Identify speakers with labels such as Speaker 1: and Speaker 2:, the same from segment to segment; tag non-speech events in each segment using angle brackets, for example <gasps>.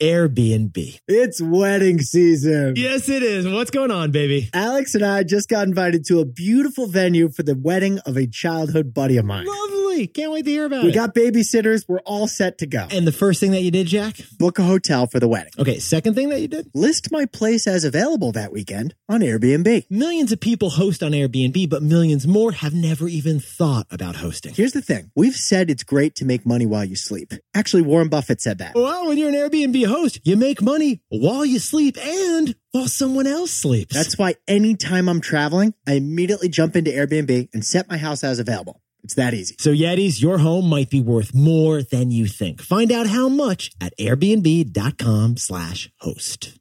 Speaker 1: Airbnb.
Speaker 2: It's wedding season.
Speaker 1: Yes, it is. What's going on, baby?
Speaker 2: Alex and I just got invited to a beautiful venue for the wedding of a childhood buddy of mine.
Speaker 1: Lovely. Can't wait to hear about
Speaker 2: We
Speaker 1: it.
Speaker 2: got babysitters. We're all set to go.
Speaker 1: and the first thing that you did, Jack?
Speaker 2: Book a hotel for the wedding.
Speaker 1: Okay, second thing that you did?
Speaker 2: List my place as available that weekend on Airbnb.
Speaker 1: Millions of people host on Airbnb, but millions more have never even thought about hosting.
Speaker 2: Here's the thing we've said it's great to make money while you sleep. Actually, Warren Buffett said that.
Speaker 1: Well, when you're an Airbnb host, you make money while you sleep and while someone else sleeps.
Speaker 2: That's why anytime I'm traveling, I immediately jump into Airbnb and set my house as available. It's that easy.
Speaker 1: so Yetis, your home might be worth more than you think. Find out how much at airbnb.com slash host.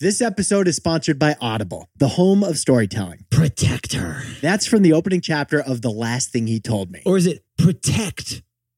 Speaker 2: This episode is sponsored by Audible, the home of storytelling.
Speaker 1: Protect her.
Speaker 2: That's from the opening chapter of The Last Thing He Told Me.
Speaker 1: Or is it protect her?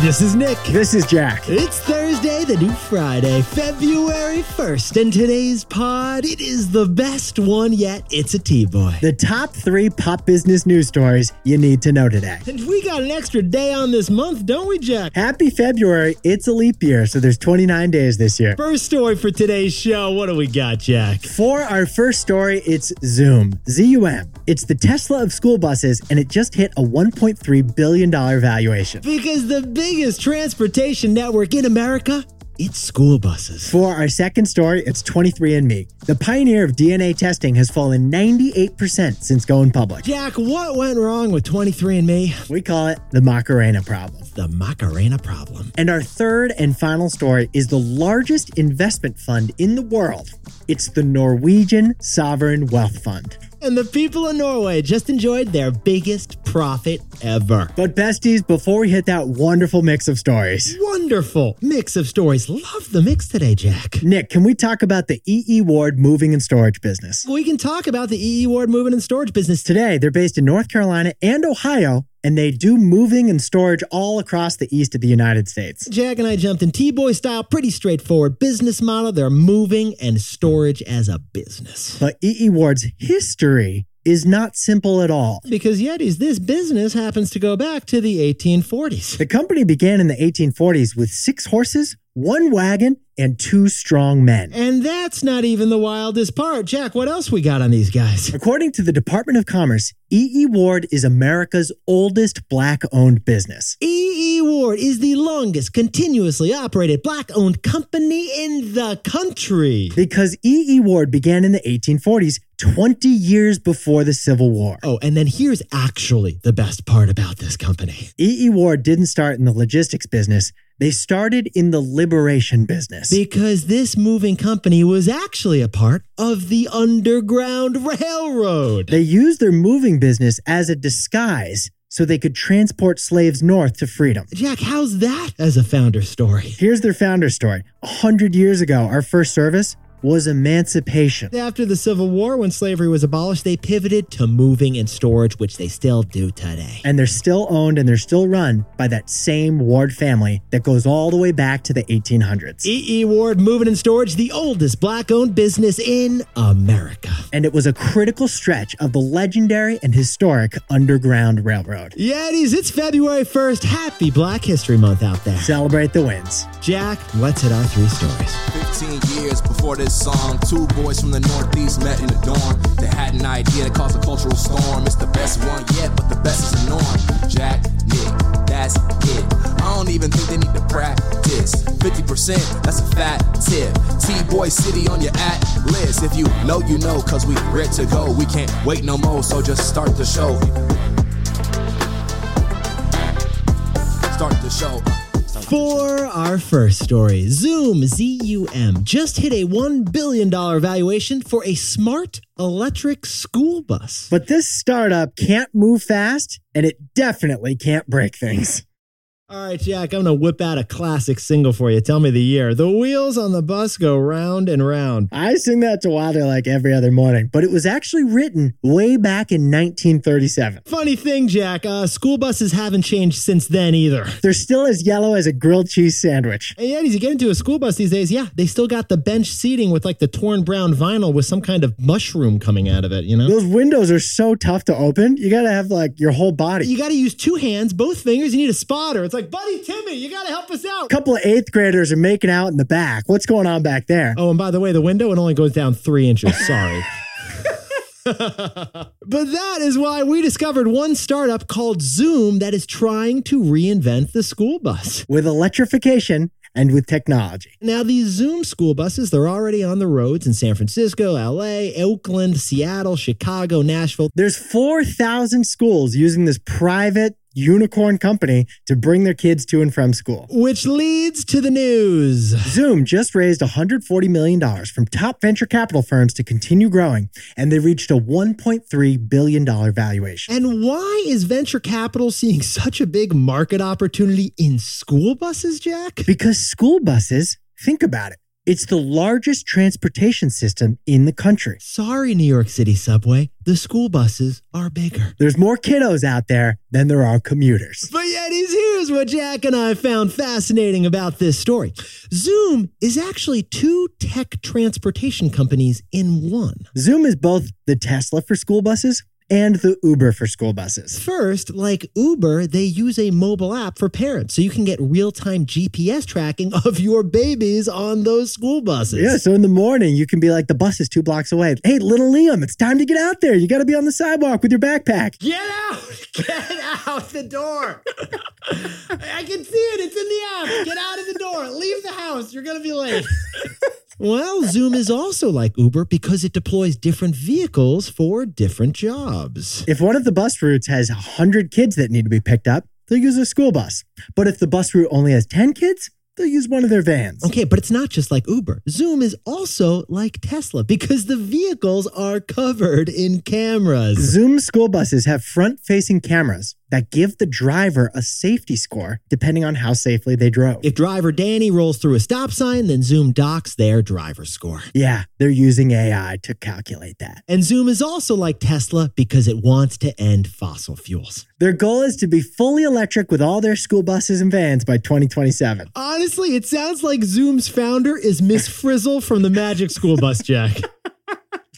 Speaker 1: This is Nick.
Speaker 2: This is Jack.
Speaker 1: It's Thursday, the new Friday, February 1st, and today's pod, it is the best one yet. It's a T-Boy.
Speaker 2: The top three pop business news stories you need to know today.
Speaker 1: And we got an extra day on this month, don't we, Jack?
Speaker 2: Happy February. It's a leap year, so there's 29 days this year.
Speaker 1: First story for today's show. What do we got, Jack?
Speaker 2: For our first story, it's Zoom, Z U M. It's the Tesla of school buses, and it just hit a $1.3 billion valuation.
Speaker 1: Because the biggest transportation network in America, it's school buses.
Speaker 2: For our second story, it's 23andMe. The pioneer of DNA testing has fallen 98% since going public.
Speaker 1: Jack, what went wrong with 23andMe?
Speaker 2: We call it the Macarena problem.
Speaker 1: The Macarena problem.
Speaker 2: And our third and final story is the largest investment fund in the world. It's the Norwegian Sovereign Wealth Fund.
Speaker 1: And the people of Norway just enjoyed their biggest profit ever.
Speaker 2: But, besties, before we hit that wonderful mix of stories,
Speaker 1: Wonderful mix of stories. Love the mix today, Jack.
Speaker 2: Nick, can we talk about the EE Ward moving and storage business?
Speaker 1: We can talk about the EE Ward moving and storage business today.
Speaker 2: Today, they're based in North Carolina and Ohio, and they do moving and storage all across the east of the United States.
Speaker 1: Jack and I jumped in T-Boy style, pretty straightforward business model. They're moving and storage as a business.
Speaker 2: But EE Ward's history is not simple at all.
Speaker 1: Because Yetis, this business happens to go back to the 1840s.
Speaker 2: The company began in the 1840s with six horses, one wagon, and two strong men.
Speaker 1: And that's not even the wildest part. Jack, what else we got on these guys?
Speaker 2: According to the Department of Commerce, E.E. Ward is America's oldest black owned business.
Speaker 1: EE E Ward is the longest continuously operated black owned company in the country.
Speaker 2: Because E.E. Ward began in the 1840s, 20 years before the Civil War.
Speaker 1: Oh, and then here's actually the best part about this company.
Speaker 2: E.E. E Ward didn't start in the logistics business, they started in the liberation business.
Speaker 1: Because this moving company was actually a part of the Underground Railroad.
Speaker 2: They used their moving business as a disguise so they could transport slaves north to freedom.
Speaker 1: Jack, how's that as a founder story?
Speaker 2: Here's their founder story. A hundred years ago, our first service was emancipation.
Speaker 1: After the Civil War, when slavery was abolished, they pivoted to moving and storage, which they still do today.
Speaker 2: And they're still owned and they're still run by that same Ward family that goes all the way back to the 1800s.
Speaker 1: E.E. E Ward Moving and Storage, the oldest black owned business in America.
Speaker 2: And it was a critical stretch of the legendary and historic Underground Railroad.
Speaker 1: Yetis, it's February 1st. Happy Black History Month out there.
Speaker 2: Celebrate the wins.
Speaker 1: Jack, let's hit our three stories.
Speaker 3: 15 years before this song, two boys from the Northeast met in the dorm. They had an idea that caused a cultural storm. It's the best one yet, but the That's a fat tip. T-Boy City on your at list. If you know, you know, cause we ready to go. We can't wait no more, so just start the show. Start the show. Start the show.
Speaker 1: For our first story, Zoom ZUM just hit a $1 billion valuation for a smart electric school bus.
Speaker 2: But this startup can't move fast and it definitely can't break things. <laughs>
Speaker 1: All right, Jack, I'm going to whip out a classic single for you. Tell me the year. The wheels on the bus go round and round.
Speaker 2: I sing that to Wilder like every other morning, but it was actually written way back in 1937.
Speaker 1: Funny thing, Jack, uh, school buses haven't changed since then either.
Speaker 2: They're still as yellow as a grilled cheese sandwich.
Speaker 1: And yet, as you get into a school bus these days, yeah, they still got the bench seating with like the torn brown vinyl with some kind of mushroom coming out of it, you know?
Speaker 2: Those windows are so tough to open. You gotta have like your whole body.
Speaker 1: You got to use two hands, both fingers. You need a spotter. It's like, buddy Timmy, you got to help us
Speaker 2: A
Speaker 1: out.
Speaker 2: couple of eighth graders are making out in the back. What's going on back there?
Speaker 1: Oh, and by the way, the window it only goes down three inches. Sorry. but that is why we discovered one startup called Zoom that is trying to reinvent the school bus.
Speaker 2: With electrification and with technology.
Speaker 1: Now, these Zoom school buses, they're already on the roads in San Francisco, LA, Oakland, Seattle, Chicago, Nashville.
Speaker 2: There's 4,000 schools using this private unicorn company to bring their kids to and from school.
Speaker 1: Which leads to the news.
Speaker 2: Zoom just raised $140 million from top venture capital firms to continue growing, and they reached a $1.3 billion valuation.
Speaker 1: And why is venture capital seeing such a big market opportunity in school buses, Jack?
Speaker 2: Because school buses, think about it, it's the largest transportation system in the country.
Speaker 1: Sorry, New York City subway, the school buses are bigger.
Speaker 2: There's more kiddos out there than there are commuters.
Speaker 1: But yet, here's- here's what Jack and I found fascinating about this story Zoom is actually two tech transportation companies in one.
Speaker 2: Zoom is both the Tesla for school buses and the Uber for school buses.
Speaker 1: First, like Uber, they use a mobile app for parents so you can get real time GPS tracking of your babies on those school buses.
Speaker 2: Yeah, so in the morning, you can be like, the bus is two blocks away. Hey, little Liam, it's time to get out there. You got to be on the sidewalk with your backpack.
Speaker 1: Get out! <laughs> Get out the door! I can see it. It's in the app. Get out of the door. Leave the house. You're going to be late. <laughs> well, Zoom is also like Uber because it deploys different vehicles for different jobs.
Speaker 2: If one of the bus routes has 100 kids that need to be picked up, they'll use a school bus. But if the bus route only has 10 kids, they'll use one of their vans.
Speaker 1: Okay, but it's not just like Uber. Zoom is also like Tesla because the vehicles are covered in cameras.
Speaker 2: Zoom school buses have front facing cameras that give the driver a safety score depending on how safely they drove.
Speaker 1: If driver Danny rolls through a stop sign, then Zoom docks their driver score.
Speaker 2: yeah, they're using AI to calculate that.
Speaker 1: And Zoom is also like Tesla because it wants to end fossil fuels.
Speaker 2: Their goal is to be fully electric with all their school buses and vans by 2027.
Speaker 1: Honestly, it sounds like Zoom's founder is Miss Frizzle from the Magic School Bus, Jack. <laughs>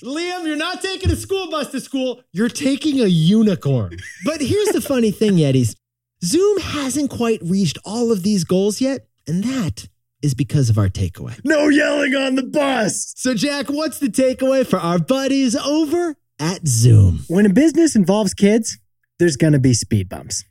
Speaker 1: Liam, you're not taking a school bus to school. You're taking a unicorn. But here's the funny thing, Yetis Zoom hasn't quite reached all of these goals yet. And that is because of our takeaway.
Speaker 2: No yelling on the bus!
Speaker 1: So, Jack, what's the takeaway for our buddies over at Zoom?
Speaker 2: When a business involves kids, there's gonna be speed bumps.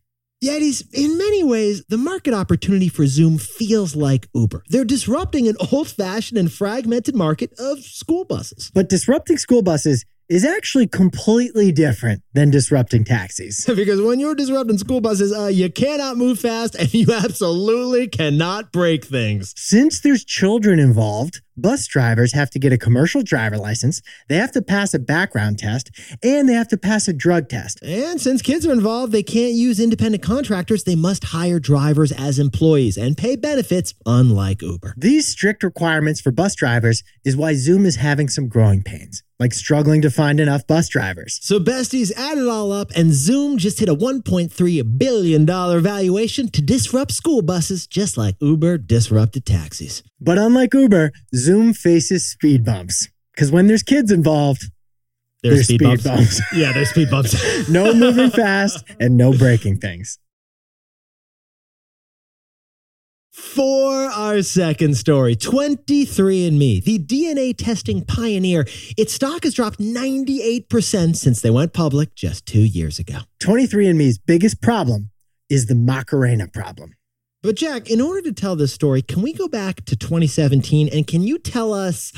Speaker 1: Yetis, in many ways, the market opportunity for Zoom feels like Uber. They're disrupting an old fashioned and fragmented market of school buses. <laughs>
Speaker 2: But disrupting school buses is actually completely different than disrupting taxis.
Speaker 1: Because when you're disrupting school buses, uh, you cannot move fast and <laughs> you absolutely cannot break things.
Speaker 2: Since there's children involved, bus drivers have to get a commercial driver license, they have to pass a background test, and they have to pass a drug test.
Speaker 1: And since kids are involved, they can't use independent contractors. They must hire drivers as employees and pay benefits, unlike Uber.
Speaker 2: These strict requirements for bus drivers is why Zoom is having some growing pains, like struggling to find enough bus drivers.
Speaker 1: So, besties, add it all up, and Zoom just hit a $1.3 billion valuation to disrupt school buses, just like Uber disrupted taxis.
Speaker 2: But unlike Uber, Zoom faces speed bumps. Because when there's kids involved, There's
Speaker 1: There's, speed,
Speaker 2: speed
Speaker 1: bumps.
Speaker 2: bumps.
Speaker 1: <laughs> yeah, there's speed bumps.
Speaker 2: no moving fast and no breaking things.
Speaker 1: For our second story, 23andMe, the DNA testing pioneer, its stock has dropped 98% since they went public just two years ago.
Speaker 2: 23andMe's biggest problem is the Macarena problem.
Speaker 1: But Jack, in order to tell this story, can we go back to 2017 and can you tell us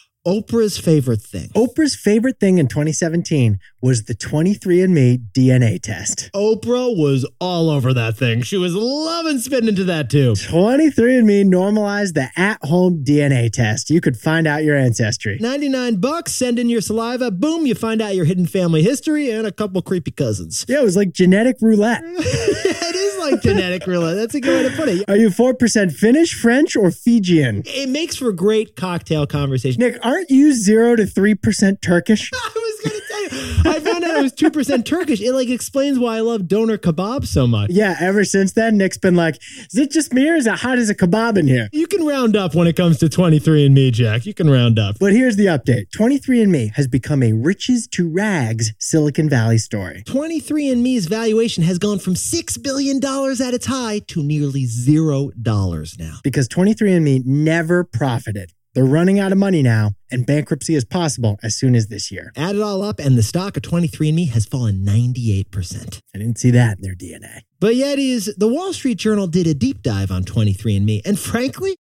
Speaker 1: <gasps> Oprah's favorite thing?
Speaker 2: Oprah's favorite thing in 2017 was the 23andMe DNA test.
Speaker 1: Oprah was all over that thing. She was loving spitting into that too.
Speaker 2: 23andMe normalized the at home DNA test. You could find out your ancestry.
Speaker 1: 99 bucks, send in your saliva, boom, you find out your hidden family history and a couple creepy cousins. <laughs>
Speaker 2: Yeah, it was like genetic roulette.
Speaker 1: it is like genetic roulette. That's a good way to put it.
Speaker 2: Are you 4% Finnish, French, or Fijian?
Speaker 1: It makes for great cocktail conversation. <laughs>
Speaker 2: Nick, aren't you 0 to 3% Turkish?
Speaker 1: I was going to tell you, I found out I was 2% Turkish. It like explains why I love doner kebab so much.
Speaker 2: Yeah, ever since then, Nick's been like, is it just me or is it hot as a kebab in here?
Speaker 1: You can round up when it comes to 23 and me, Jack. You can round up.
Speaker 2: But here's the update 23andMe has become a riches to rags Silicon Valley story.
Speaker 1: 23andMe's valuation has gone from $6 billion at its high to nearly $0 now.
Speaker 2: Because 23andMe never profited. They're running out of money now, and bankruptcy is possible as soon as this year.
Speaker 1: Add it all up, and the stock of 23andMe has fallen 98%.
Speaker 2: I didn't see that in their DNA.
Speaker 1: But yet, is the Wall Street Journal did a deep dive on 23andMe, and frankly,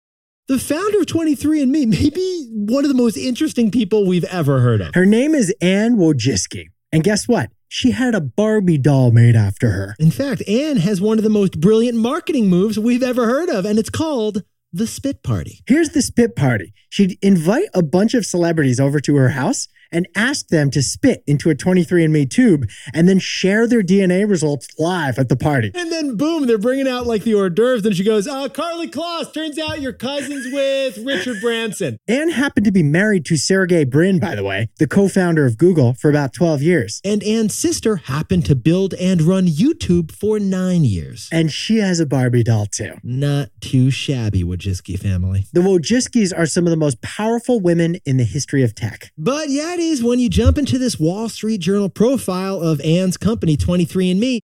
Speaker 1: the founder of 23andMe may be one of the most interesting people we've ever heard of.
Speaker 2: Her name is Anne Wojcicki. And guess what? She had a Barbie doll made after her.
Speaker 1: In fact, Anne has one of the most brilliant marketing moves we've ever heard of, and it's called the Spit Party.
Speaker 2: Here's the spit party. She'd invite a bunch of celebrities over to her house and ask them to spit into a 23andMe tube and then share their DNA results live at the party.
Speaker 1: And then boom, they're bringing out like the hors d'oeuvres. And she goes, "Oh, Carly Kloss, turns out your cousin's with Richard Branson."
Speaker 2: Anne happened to be married to Sergey Brin, by the way, the co founder of Google, for about 12 years.
Speaker 1: And Anne's sister happened to build and run YouTube for nine years.
Speaker 2: And she has a Barbie doll too.
Speaker 1: Not too shabby, Wojcicki family.
Speaker 2: The Wojcicki's are some of the most powerful women in the history of tech.
Speaker 1: But yeah, it is when you jump into this Wall Street Journal profile of Anne's company, 23andMe,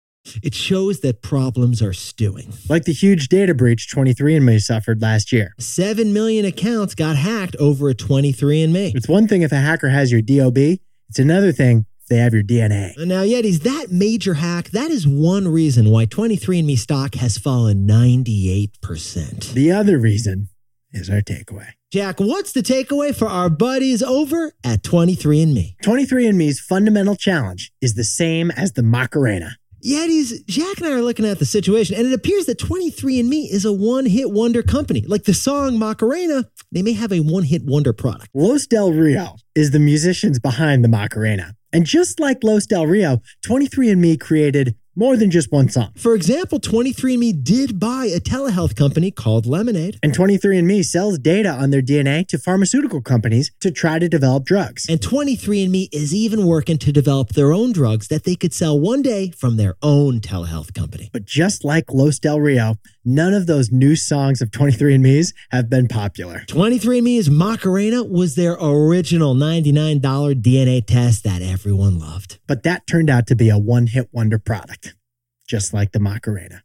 Speaker 1: it shows that problems are stewing.
Speaker 2: Like the huge data breach 23andMe suffered last year.
Speaker 1: 7 million accounts got hacked over a 23andMe.
Speaker 2: It's one thing if a hacker has your DOB, it's another thing if they have your DNA.
Speaker 1: <laughs> Now, Yetis, that major hack, that is one reason why 23andMe stock has fallen 98%.
Speaker 2: The other reason is our takeaway.
Speaker 1: Jack, what's the takeaway for our buddies over at 23andMe?
Speaker 2: 23andMe's fundamental challenge is the same as the Macarena.
Speaker 1: Yetis, Jack and I are looking at the situation, and it appears that 23andMe is a one hit wonder company. Like the song Macarena, they may have a one hit wonder product.
Speaker 2: Los Del Rio is the musicians behind the Macarena. And just like Los Del Rio, 23andMe created more than just one song.
Speaker 1: For example, 23andMe did buy a telehealth company called Lemonade.
Speaker 2: And 23andMe sells data on their DNA to pharmaceutical companies to try to develop drugs.
Speaker 1: And 23andMe is even working to develop their own drugs that they could sell one day from their own telehealth company.
Speaker 2: But just like Los Del Rio, none of those new songs of 23andMe's have been popular.
Speaker 1: 23andMe's Macarena was their original $99 DNA test that everyone loved.
Speaker 2: But that turned out to be a one hit wonder product, just like the Macarena.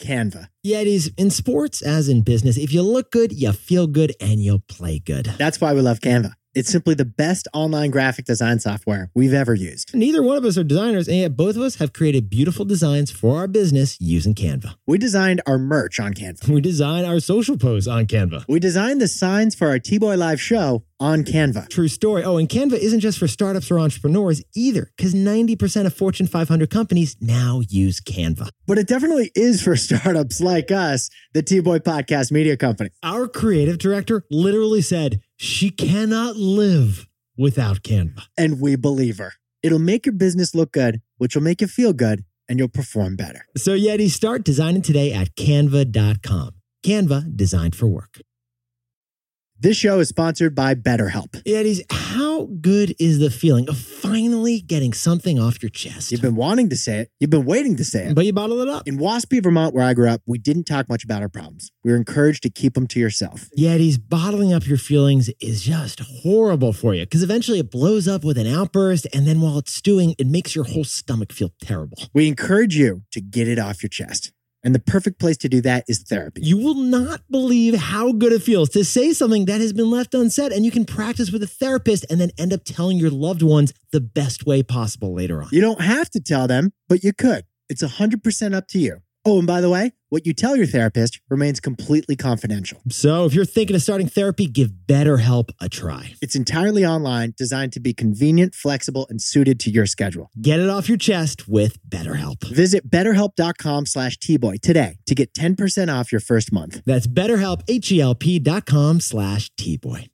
Speaker 2: Canva.
Speaker 1: Yetis, in sports as in business, if you look good, you feel good, and you'll play good.
Speaker 2: That's why we love Canva. It's simply the best online graphic design software we've ever used.
Speaker 1: Neither one of us are designers, and yet both of us have created beautiful designs for our business using Canva. <laughs>
Speaker 2: We designed our merch on Canva.
Speaker 1: We design our social posts on Canva.
Speaker 2: We designed the signs for our T Boy Live show on Canva.
Speaker 1: True story. Oh, and Canva isn't just for startups or entrepreneurs either, because 90% of Fortune 500 companies now use Canva.
Speaker 2: But it definitely is for <laughs> startups like us, the T Boy Podcast Media Company.
Speaker 1: Our creative director literally said, she cannot live without Canva.
Speaker 2: And we believe her. It'll make your business look good, which will make you feel good, and you'll perform better.
Speaker 1: So, Yeti, start designing today at canva.com. Canva, designed for work.
Speaker 2: This show is sponsored by BetterHelp.
Speaker 1: Yetis, how good is the feeling of finally getting something off your chest?
Speaker 2: You've been wanting to say it, you've been waiting to say it.
Speaker 1: but you bottle it up.
Speaker 2: In Waspy, Vermont, where I grew up, we didn't talk much about our problems. We were encouraged to keep them to yourself.
Speaker 1: Yetis, bottling up your feelings is just horrible for you because eventually it blows up with an outburst. And then while it's stewing, it makes your whole stomach feel terrible.
Speaker 2: We encourage you to get it off your chest. And the perfect place to do that is therapy.
Speaker 1: You will not believe how good it feels to say something that has been left unsaid, and you can practice with a therapist and then end up telling your loved ones the best way possible later on.
Speaker 2: You don't have to tell them, but you could. It's 100% up to you. Oh, and by the way, what you tell your therapist remains completely confidential.
Speaker 1: So if you're thinking of starting therapy, give BetterHelp a try.
Speaker 2: It's entirely online, designed to be convenient, flexible, and suited to your schedule.
Speaker 1: Get it off your chest with BetterHelp.
Speaker 2: Visit betterhelp.com slash tboy today to get 10% off your first month.
Speaker 1: That's BetterHelp, H-E-L-P dot com slash T-Boy.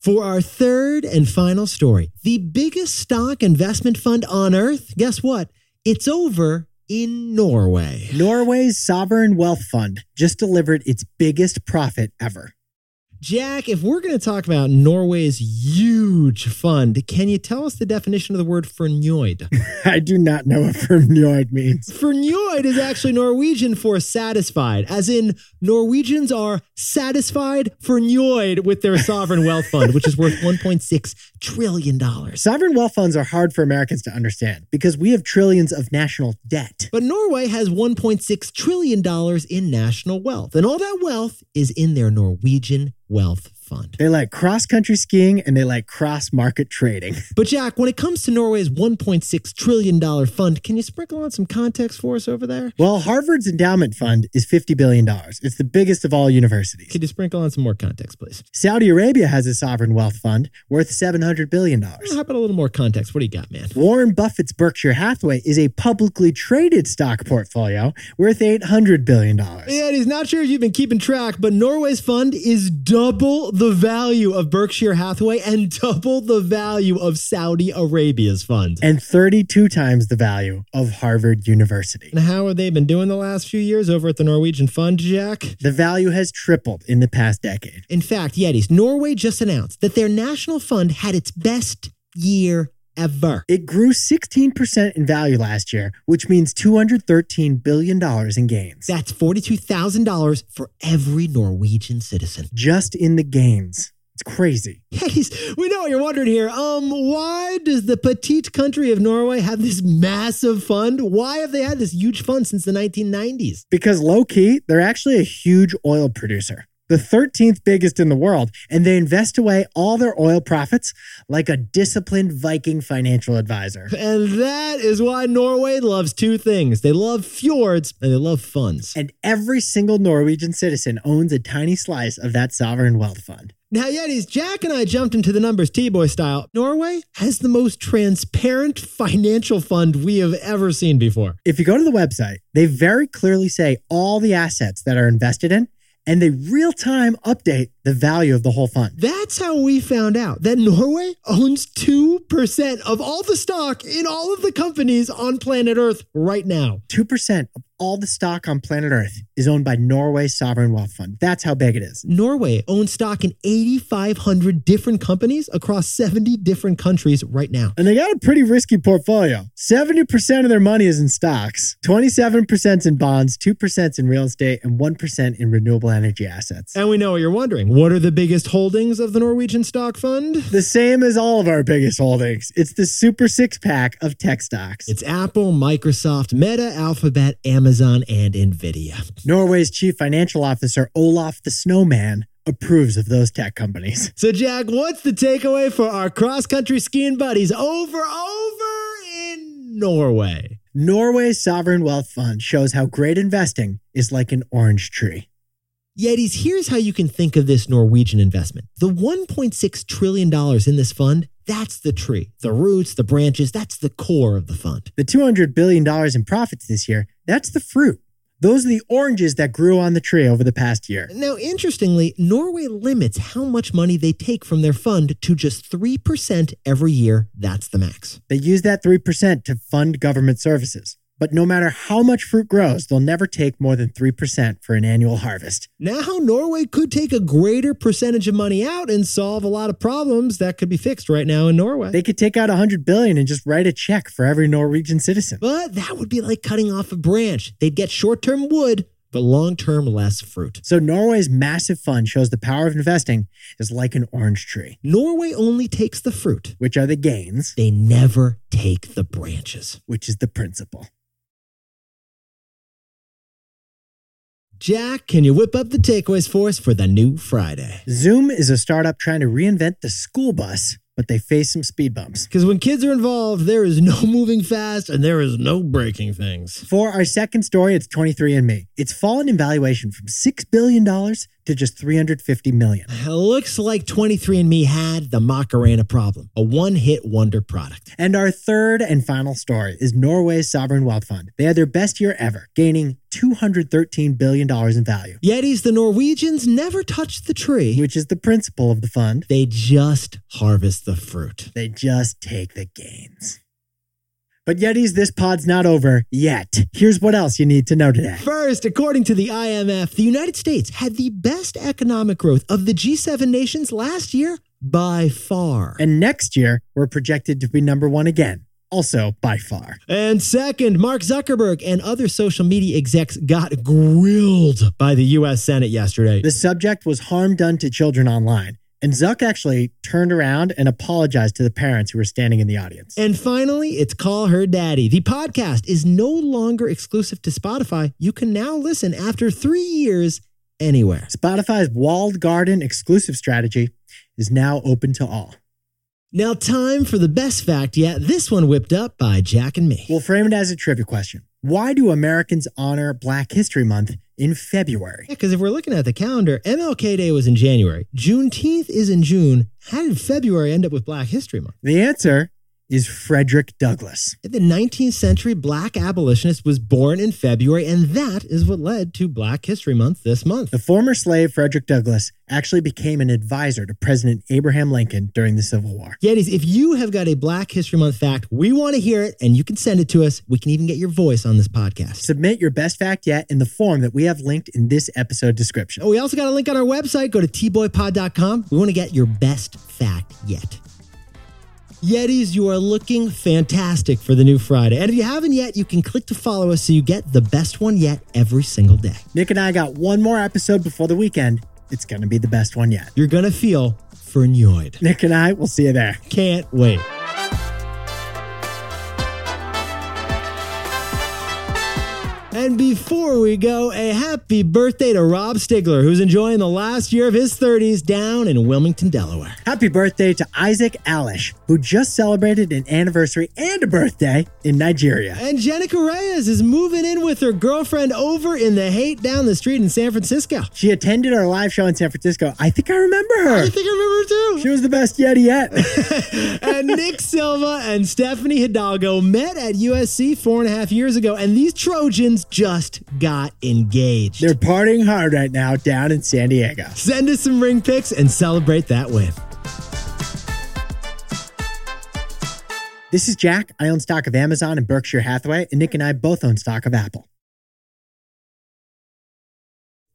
Speaker 1: For our third and final story, the biggest stock investment fund on earth, guess what? It's over in Norway.
Speaker 2: Norway's sovereign wealth fund just delivered its biggest profit ever. <laughs>
Speaker 1: Jack, if we're going to talk about Norway's huge fund, can you tell us the definition of the word fornøyd?
Speaker 2: I do not know what <laughs> Fermjoid means.
Speaker 1: Fornøyd is actually Norwegian for satisfied, as in Norwegians are satisfied fornøyd with their sovereign wealth fund, which is worth $1.6 trillion.
Speaker 2: Sovereign wealth funds are hard for Americans to understand because we have trillions of national debt.
Speaker 1: But Norway has $1.6 trillion in national wealth, and all that wealth is in their Norwegian wealth fund.
Speaker 2: They like cross country skiing and they like cross market trading. <laughs>
Speaker 1: But Jack, when it comes to Norway's $1.6 trillion fund, can you sprinkle on some context for us over there?
Speaker 2: Well, Harvard's endowment fund is $50 billion. It's the biggest of all universities.
Speaker 1: Could you sprinkle on some more context, please?
Speaker 2: Saudi Arabia has a sovereign wealth fund worth $700 billion.
Speaker 1: How about a little more context? What do you got, man?
Speaker 2: Warren Buffett's Berkshire Hathaway is a publicly traded stock portfolio worth $800 billion.
Speaker 1: And he's not sure if you've been keeping track, but Norway's fund is double the value of Berkshire Hathaway and double the value of Saudi Arabia's fund.
Speaker 2: And 32 times the value of Harvard University.
Speaker 1: And how have they been doing the last few years over at the Norwegian fund, Jack?
Speaker 2: The value has tripled in the past decade.
Speaker 1: In fact, Yetis, Norway just announced that their national fund had its best year ever.
Speaker 2: It grew 16% in value last year, which means $213 billion in gains.
Speaker 1: That's $42,000 for every Norwegian citizen.
Speaker 2: Just in the gains. It's crazy.
Speaker 1: Yetis, we know what you're wondering here. Um, why does the petite country of Norway have this massive fund? Why have they had this huge fund since the 1990s?
Speaker 2: Because low key, they're actually a huge oil producer, the 13th biggest in the world, and they invest away all their oil profits like a disciplined Viking financial advisor.
Speaker 1: And that is why Norway loves two things. They love fjords and they love funds.
Speaker 2: And every single Norwegian citizen owns a tiny slice of that sovereign wealth fund.
Speaker 1: Now, Yetis, Jack and I jumped into the numbers T-Boy style. Norway has the most transparent financial fund we have ever seen before.
Speaker 2: If you go to the website, they very clearly say all the assets that are invested in, and they real time update the value of the whole fund.
Speaker 1: That's how we found out that Norway owns 2% of all the stock in all of the companies on planet Earth right now.
Speaker 2: 2% of all the stock on planet Earth is owned by Norway's sovereign wealth fund. That's how big it is.
Speaker 1: Norway owns stock in 8,500 different companies across 70 different countries right now.
Speaker 2: And they got a pretty risky portfolio. 70% of their money is in stocks, 27% in bonds, 2% in real estate, and 1% in renewable energy assets.
Speaker 1: And we know what you're wondering. What are the biggest holdings of the Norwegian stock fund?
Speaker 2: The same as all of our biggest holdings. It's the super six pack of tech stocks.
Speaker 1: It's Apple, Microsoft, Meta, Alphabet, Amazon, and Nvidia.
Speaker 2: Norway's chief financial officer, Olaf the Snowman, approves of those tech companies.
Speaker 1: So, Jack, what's the takeaway for our cross country skiing buddies over, over in Norway?
Speaker 2: Norway's sovereign wealth fund shows how great investing is like an orange tree.
Speaker 1: Yetis, here's how you can think of this Norwegian investment. The $1.6 trillion in this fund, that's the tree, the roots, the branches, that's the core of the fund.
Speaker 2: The $200 billion in profits this year, that's the fruit. Those are the oranges that grew on the tree over the past year.
Speaker 1: Now, interestingly, Norway limits how much money they take from their fund to just 3% every year. That's the max.
Speaker 2: They use that 3% to fund government services. But no matter how much fruit grows, they'll never take more than 3% for an annual harvest.
Speaker 1: Now, Norway could take a greater percentage of money out and solve a lot of problems that could be fixed right now in Norway.
Speaker 2: They could take out 100 billion and just write a check for every Norwegian citizen.
Speaker 1: But that would be like cutting off a branch. They'd get short term wood, but long term less fruit.
Speaker 2: So Norway's massive fund shows the power of investing is like an orange tree,
Speaker 1: Norway only takes the fruit,
Speaker 2: which are the gains,
Speaker 1: they never take the branches.
Speaker 2: which is the principle.
Speaker 1: Jack, can you whip up the takeaways for us for the new Friday?
Speaker 2: Zoom is a startup trying to reinvent the school bus, but they face some speed bumps.
Speaker 1: Because when kids are involved, there is no <laughs> moving fast and there is no breaking things.
Speaker 2: For our second story, it's 23andMe. It's fallen in valuation from $6 billion to just $350 million.
Speaker 1: It looks like 23andMe had the Macarena problem, a one hit wonder product.
Speaker 2: And our third and final story is Norway's sovereign wealth fund. They had their best year ever, gaining $213 billion in value,
Speaker 1: Yetis, the Norwegians never touch the tree,
Speaker 2: which is the principle of the fund.
Speaker 1: they just harvest the fruit.
Speaker 2: They just take the gains. But Yetis, this pod's not over yet. Here's what else you need to know today.
Speaker 1: First, according to the IMF, the United States had the best economic growth of the G7 nations last year by far.
Speaker 2: And next year, we're projected to be number one again, also by far.
Speaker 1: And second, Mark Zuckerberg and other social media execs got grilled by the US Senate yesterday.
Speaker 2: The subject was harm done to children online. And Zuck actually turned around and apologized to the parents who were standing in the audience.
Speaker 1: And finally, it's Call Her Daddy. The podcast is no longer exclusive to Spotify. You can now listen after three years anywhere.
Speaker 2: Spotify's walled garden exclusive strategy is now open to all.
Speaker 1: Now, time for the best fact yet. This one whipped up by Jack and me.
Speaker 2: We'll frame it as a trivia question. Why do Americans honor Black History Month in February?
Speaker 1: Yeah, because if we're looking at the calendar, MLK Day was in January. Juneteenth is in June. How did February end up with Black History Month?
Speaker 2: The answer is Frederick Douglass.
Speaker 1: The 19th century black abolitionist was born in February, and that is what led to Black History Month this month.
Speaker 2: The former slave Frederick Douglass actually became an advisor to President Abraham Lincoln during the Civil War.
Speaker 1: Yetis, if you have got a Black History Month fact, we want to hear it, and you can send it to us. We can even get your voice on this podcast.
Speaker 2: Submit your best fact yet in the form that we have linked in this episode description.
Speaker 1: Oh, we also got a link on our website. Go to tboypod.com. We want to get your best fact yet. Yetis, you are looking fantastic for the new Friday. And if you haven't yet, you can click to follow us so you get the best one yet every single day.
Speaker 2: Nick and I got one more episode before the weekend. It's going to be the best one yet.
Speaker 1: You're going to feel fernoid.
Speaker 2: Nick and I will see you there.
Speaker 1: Can't wait. And before we go, a happy birthday to Rob Stigler, who's enjoying the last year of his 30s down in Wilmington, Delaware.
Speaker 2: Happy birthday to Isaac Alish, who just celebrated an anniversary and a birthday in Nigeria.
Speaker 1: And Jenica Reyes is moving in with her girlfriend over in the hate down the street in San Francisco.
Speaker 2: She attended our live show in San Francisco. I think I remember her.
Speaker 1: I think I remember
Speaker 2: She was the best Yeti yet. <laughs>
Speaker 1: her too. and Nick Silva and Stephanie Hidalgo met at USC four and a half years ago, and these Trojans just got engaged.
Speaker 2: They're partying hard right now down in San Diego.
Speaker 1: Send us some ring pics and celebrate that win.
Speaker 2: This is Jack. I own stock of Amazon and Berkshire Hathaway, and Nick and I both own stock of Apple.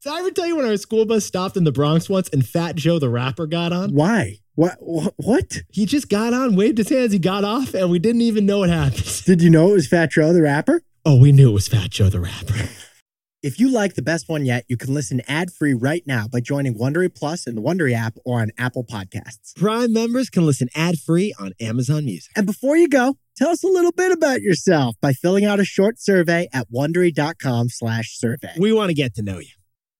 Speaker 1: Did I ever tell you when our school bus stopped in the Bronx once and Fat Joe the rapper got on?
Speaker 2: Why? What? What?
Speaker 1: He just got on, waved his hands, he got off, and we didn't even know what happened. <laughs>
Speaker 2: Did you know it was Fat Joe the rapper?
Speaker 1: Oh, we knew it was Fat Joe the rapper.
Speaker 2: If you like the best one yet, you can listen ad free right now by joining Wondery Plus in the Wondery app or on Apple Podcasts.
Speaker 1: Prime members can listen ad free on Amazon Music.
Speaker 2: And before you go, tell us a little bit about yourself by filling out a short survey at wondery.com/survey.
Speaker 1: We want to get to know you.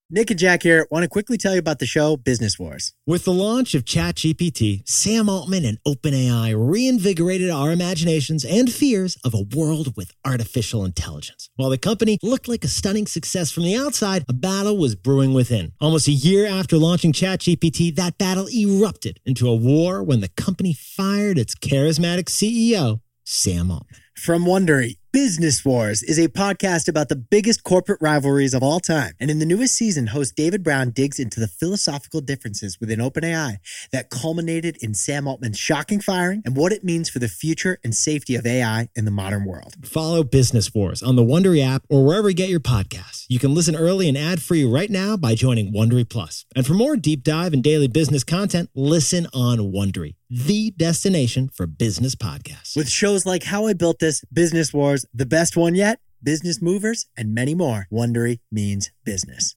Speaker 2: Nick and Jack here want to quickly tell you about the show Business Wars.
Speaker 1: With the launch of ChatGPT, Sam Altman and OpenAI reinvigorated our imaginations and fears of a world with artificial intelligence. While the company looked like a stunning success from the outside, a battle was brewing within. Almost a year after launching ChatGPT, that battle erupted into a war when the company fired its charismatic CEO, Sam Altman.
Speaker 2: From Wondery, Business Wars is a podcast about the biggest corporate rivalries of all time. And in the newest season, host David Brown digs into the philosophical differences within OpenAI that culminated in Sam Altman's shocking firing and what it means for the future and safety of AI in the modern world.
Speaker 1: Follow Business Wars on the Wondery app or wherever you get your podcasts. You can listen early and ad free right now by joining Wondery Plus. And for more deep dive and daily business content, listen on Wondery, the destination for business podcasts.
Speaker 2: With shows like How I Built This, Business Wars, The Best One Yet, Business Movers, and many more, Wondery means business.